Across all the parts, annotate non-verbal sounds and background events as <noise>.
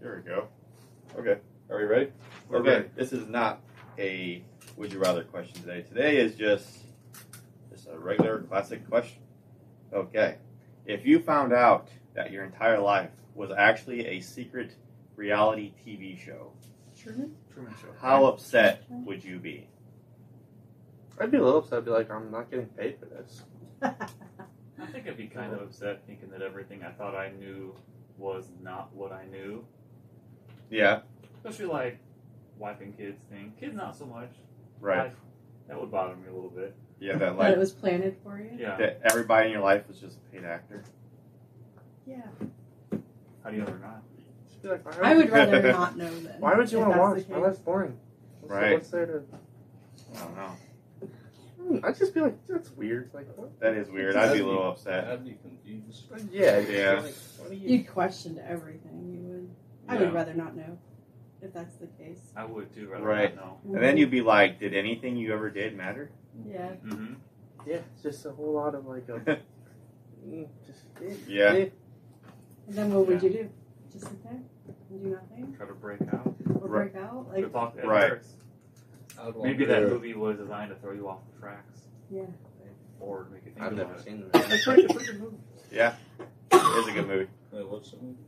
There we go. Okay. Are we ready? We're okay. ready. This is not a would you rather question today. Today is just just a regular classic question. Okay. If you found out that your entire life was actually a secret reality TV show, Truman? Truman Show. how upset would you be? I'd be a little upset. I'd be like, I'm not getting paid for this. I think I'd be kind of upset thinking that everything I thought I knew was not what I knew. Yeah. Especially like wiping kids thing. Kids not so much. Right. Like, that would bother me a little bit. Yeah. That That it like was planted for you? Yeah. that everybody in your life was just a paid actor. Yeah. How do you ever not? Just be like, why I would, would rather not know then. why would you if want to watch? that's the My case. life's boring. What's Right. <laughs> What's there to? I don't know. Hmm, I'd just be like, that's weird. Like, what? That is weird. I'd be a little upset. I'd be confused. But yeah, it's Yeah. Like, what are you? You'd question everything. You would. I Yeah. would rather not know if that's the case. I would too rather Right. not know. And then you'd be like, did anything you ever did matter? <laughs> Yeah. Mm-hmm. Yeah, it's just a whole lot of like <laughs> a. mm, just, eh, Yeah. eh. And then what would you do? Just sit there and do nothing? Try to break out. Or Right. break out? Good Like, luck. That Right. hurts. I'd walk Maybe that through. movie was designed to throw you off the tracks. Yeah. Or make you think I've about never it. seen It's that. pretty, it's a pretty good movie. It is a good movie. Wait, what's the movie?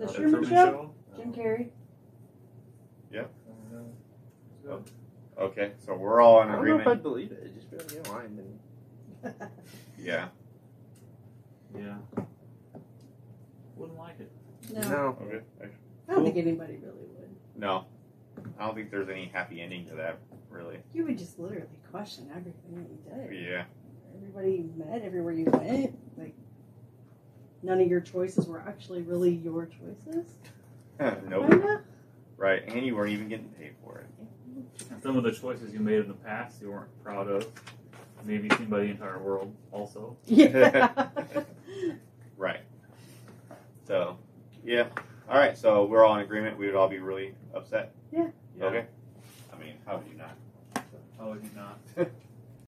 The Uh, Truman Show? Jim Um, Carrey? I don't Okay. So we're all I in don't know if agreement. I'd believe it. It'd Just be like, you know, I'm in- Yeah. Yeah. Wouldn't like it. no. no. Okay. I don't think anybody really would. No. I don't think there's any happy ending to that, really. You would just literally question everything that you did. Yeah. <laughs> Everybody you met, everywhere you went. Like, none of your choices were actually really your choices. nope. Kinda? Right. And you weren't even getting paid for it. And some of the choices you made in the past you weren't proud of, maybe seen by the entire world also. <laughs> Yeah. <laughs> <laughs> Right. So, yeah. All right. So we're all in agreement. We would all be really upset. Yeah. Okay. I mean, how would you not? How would you not?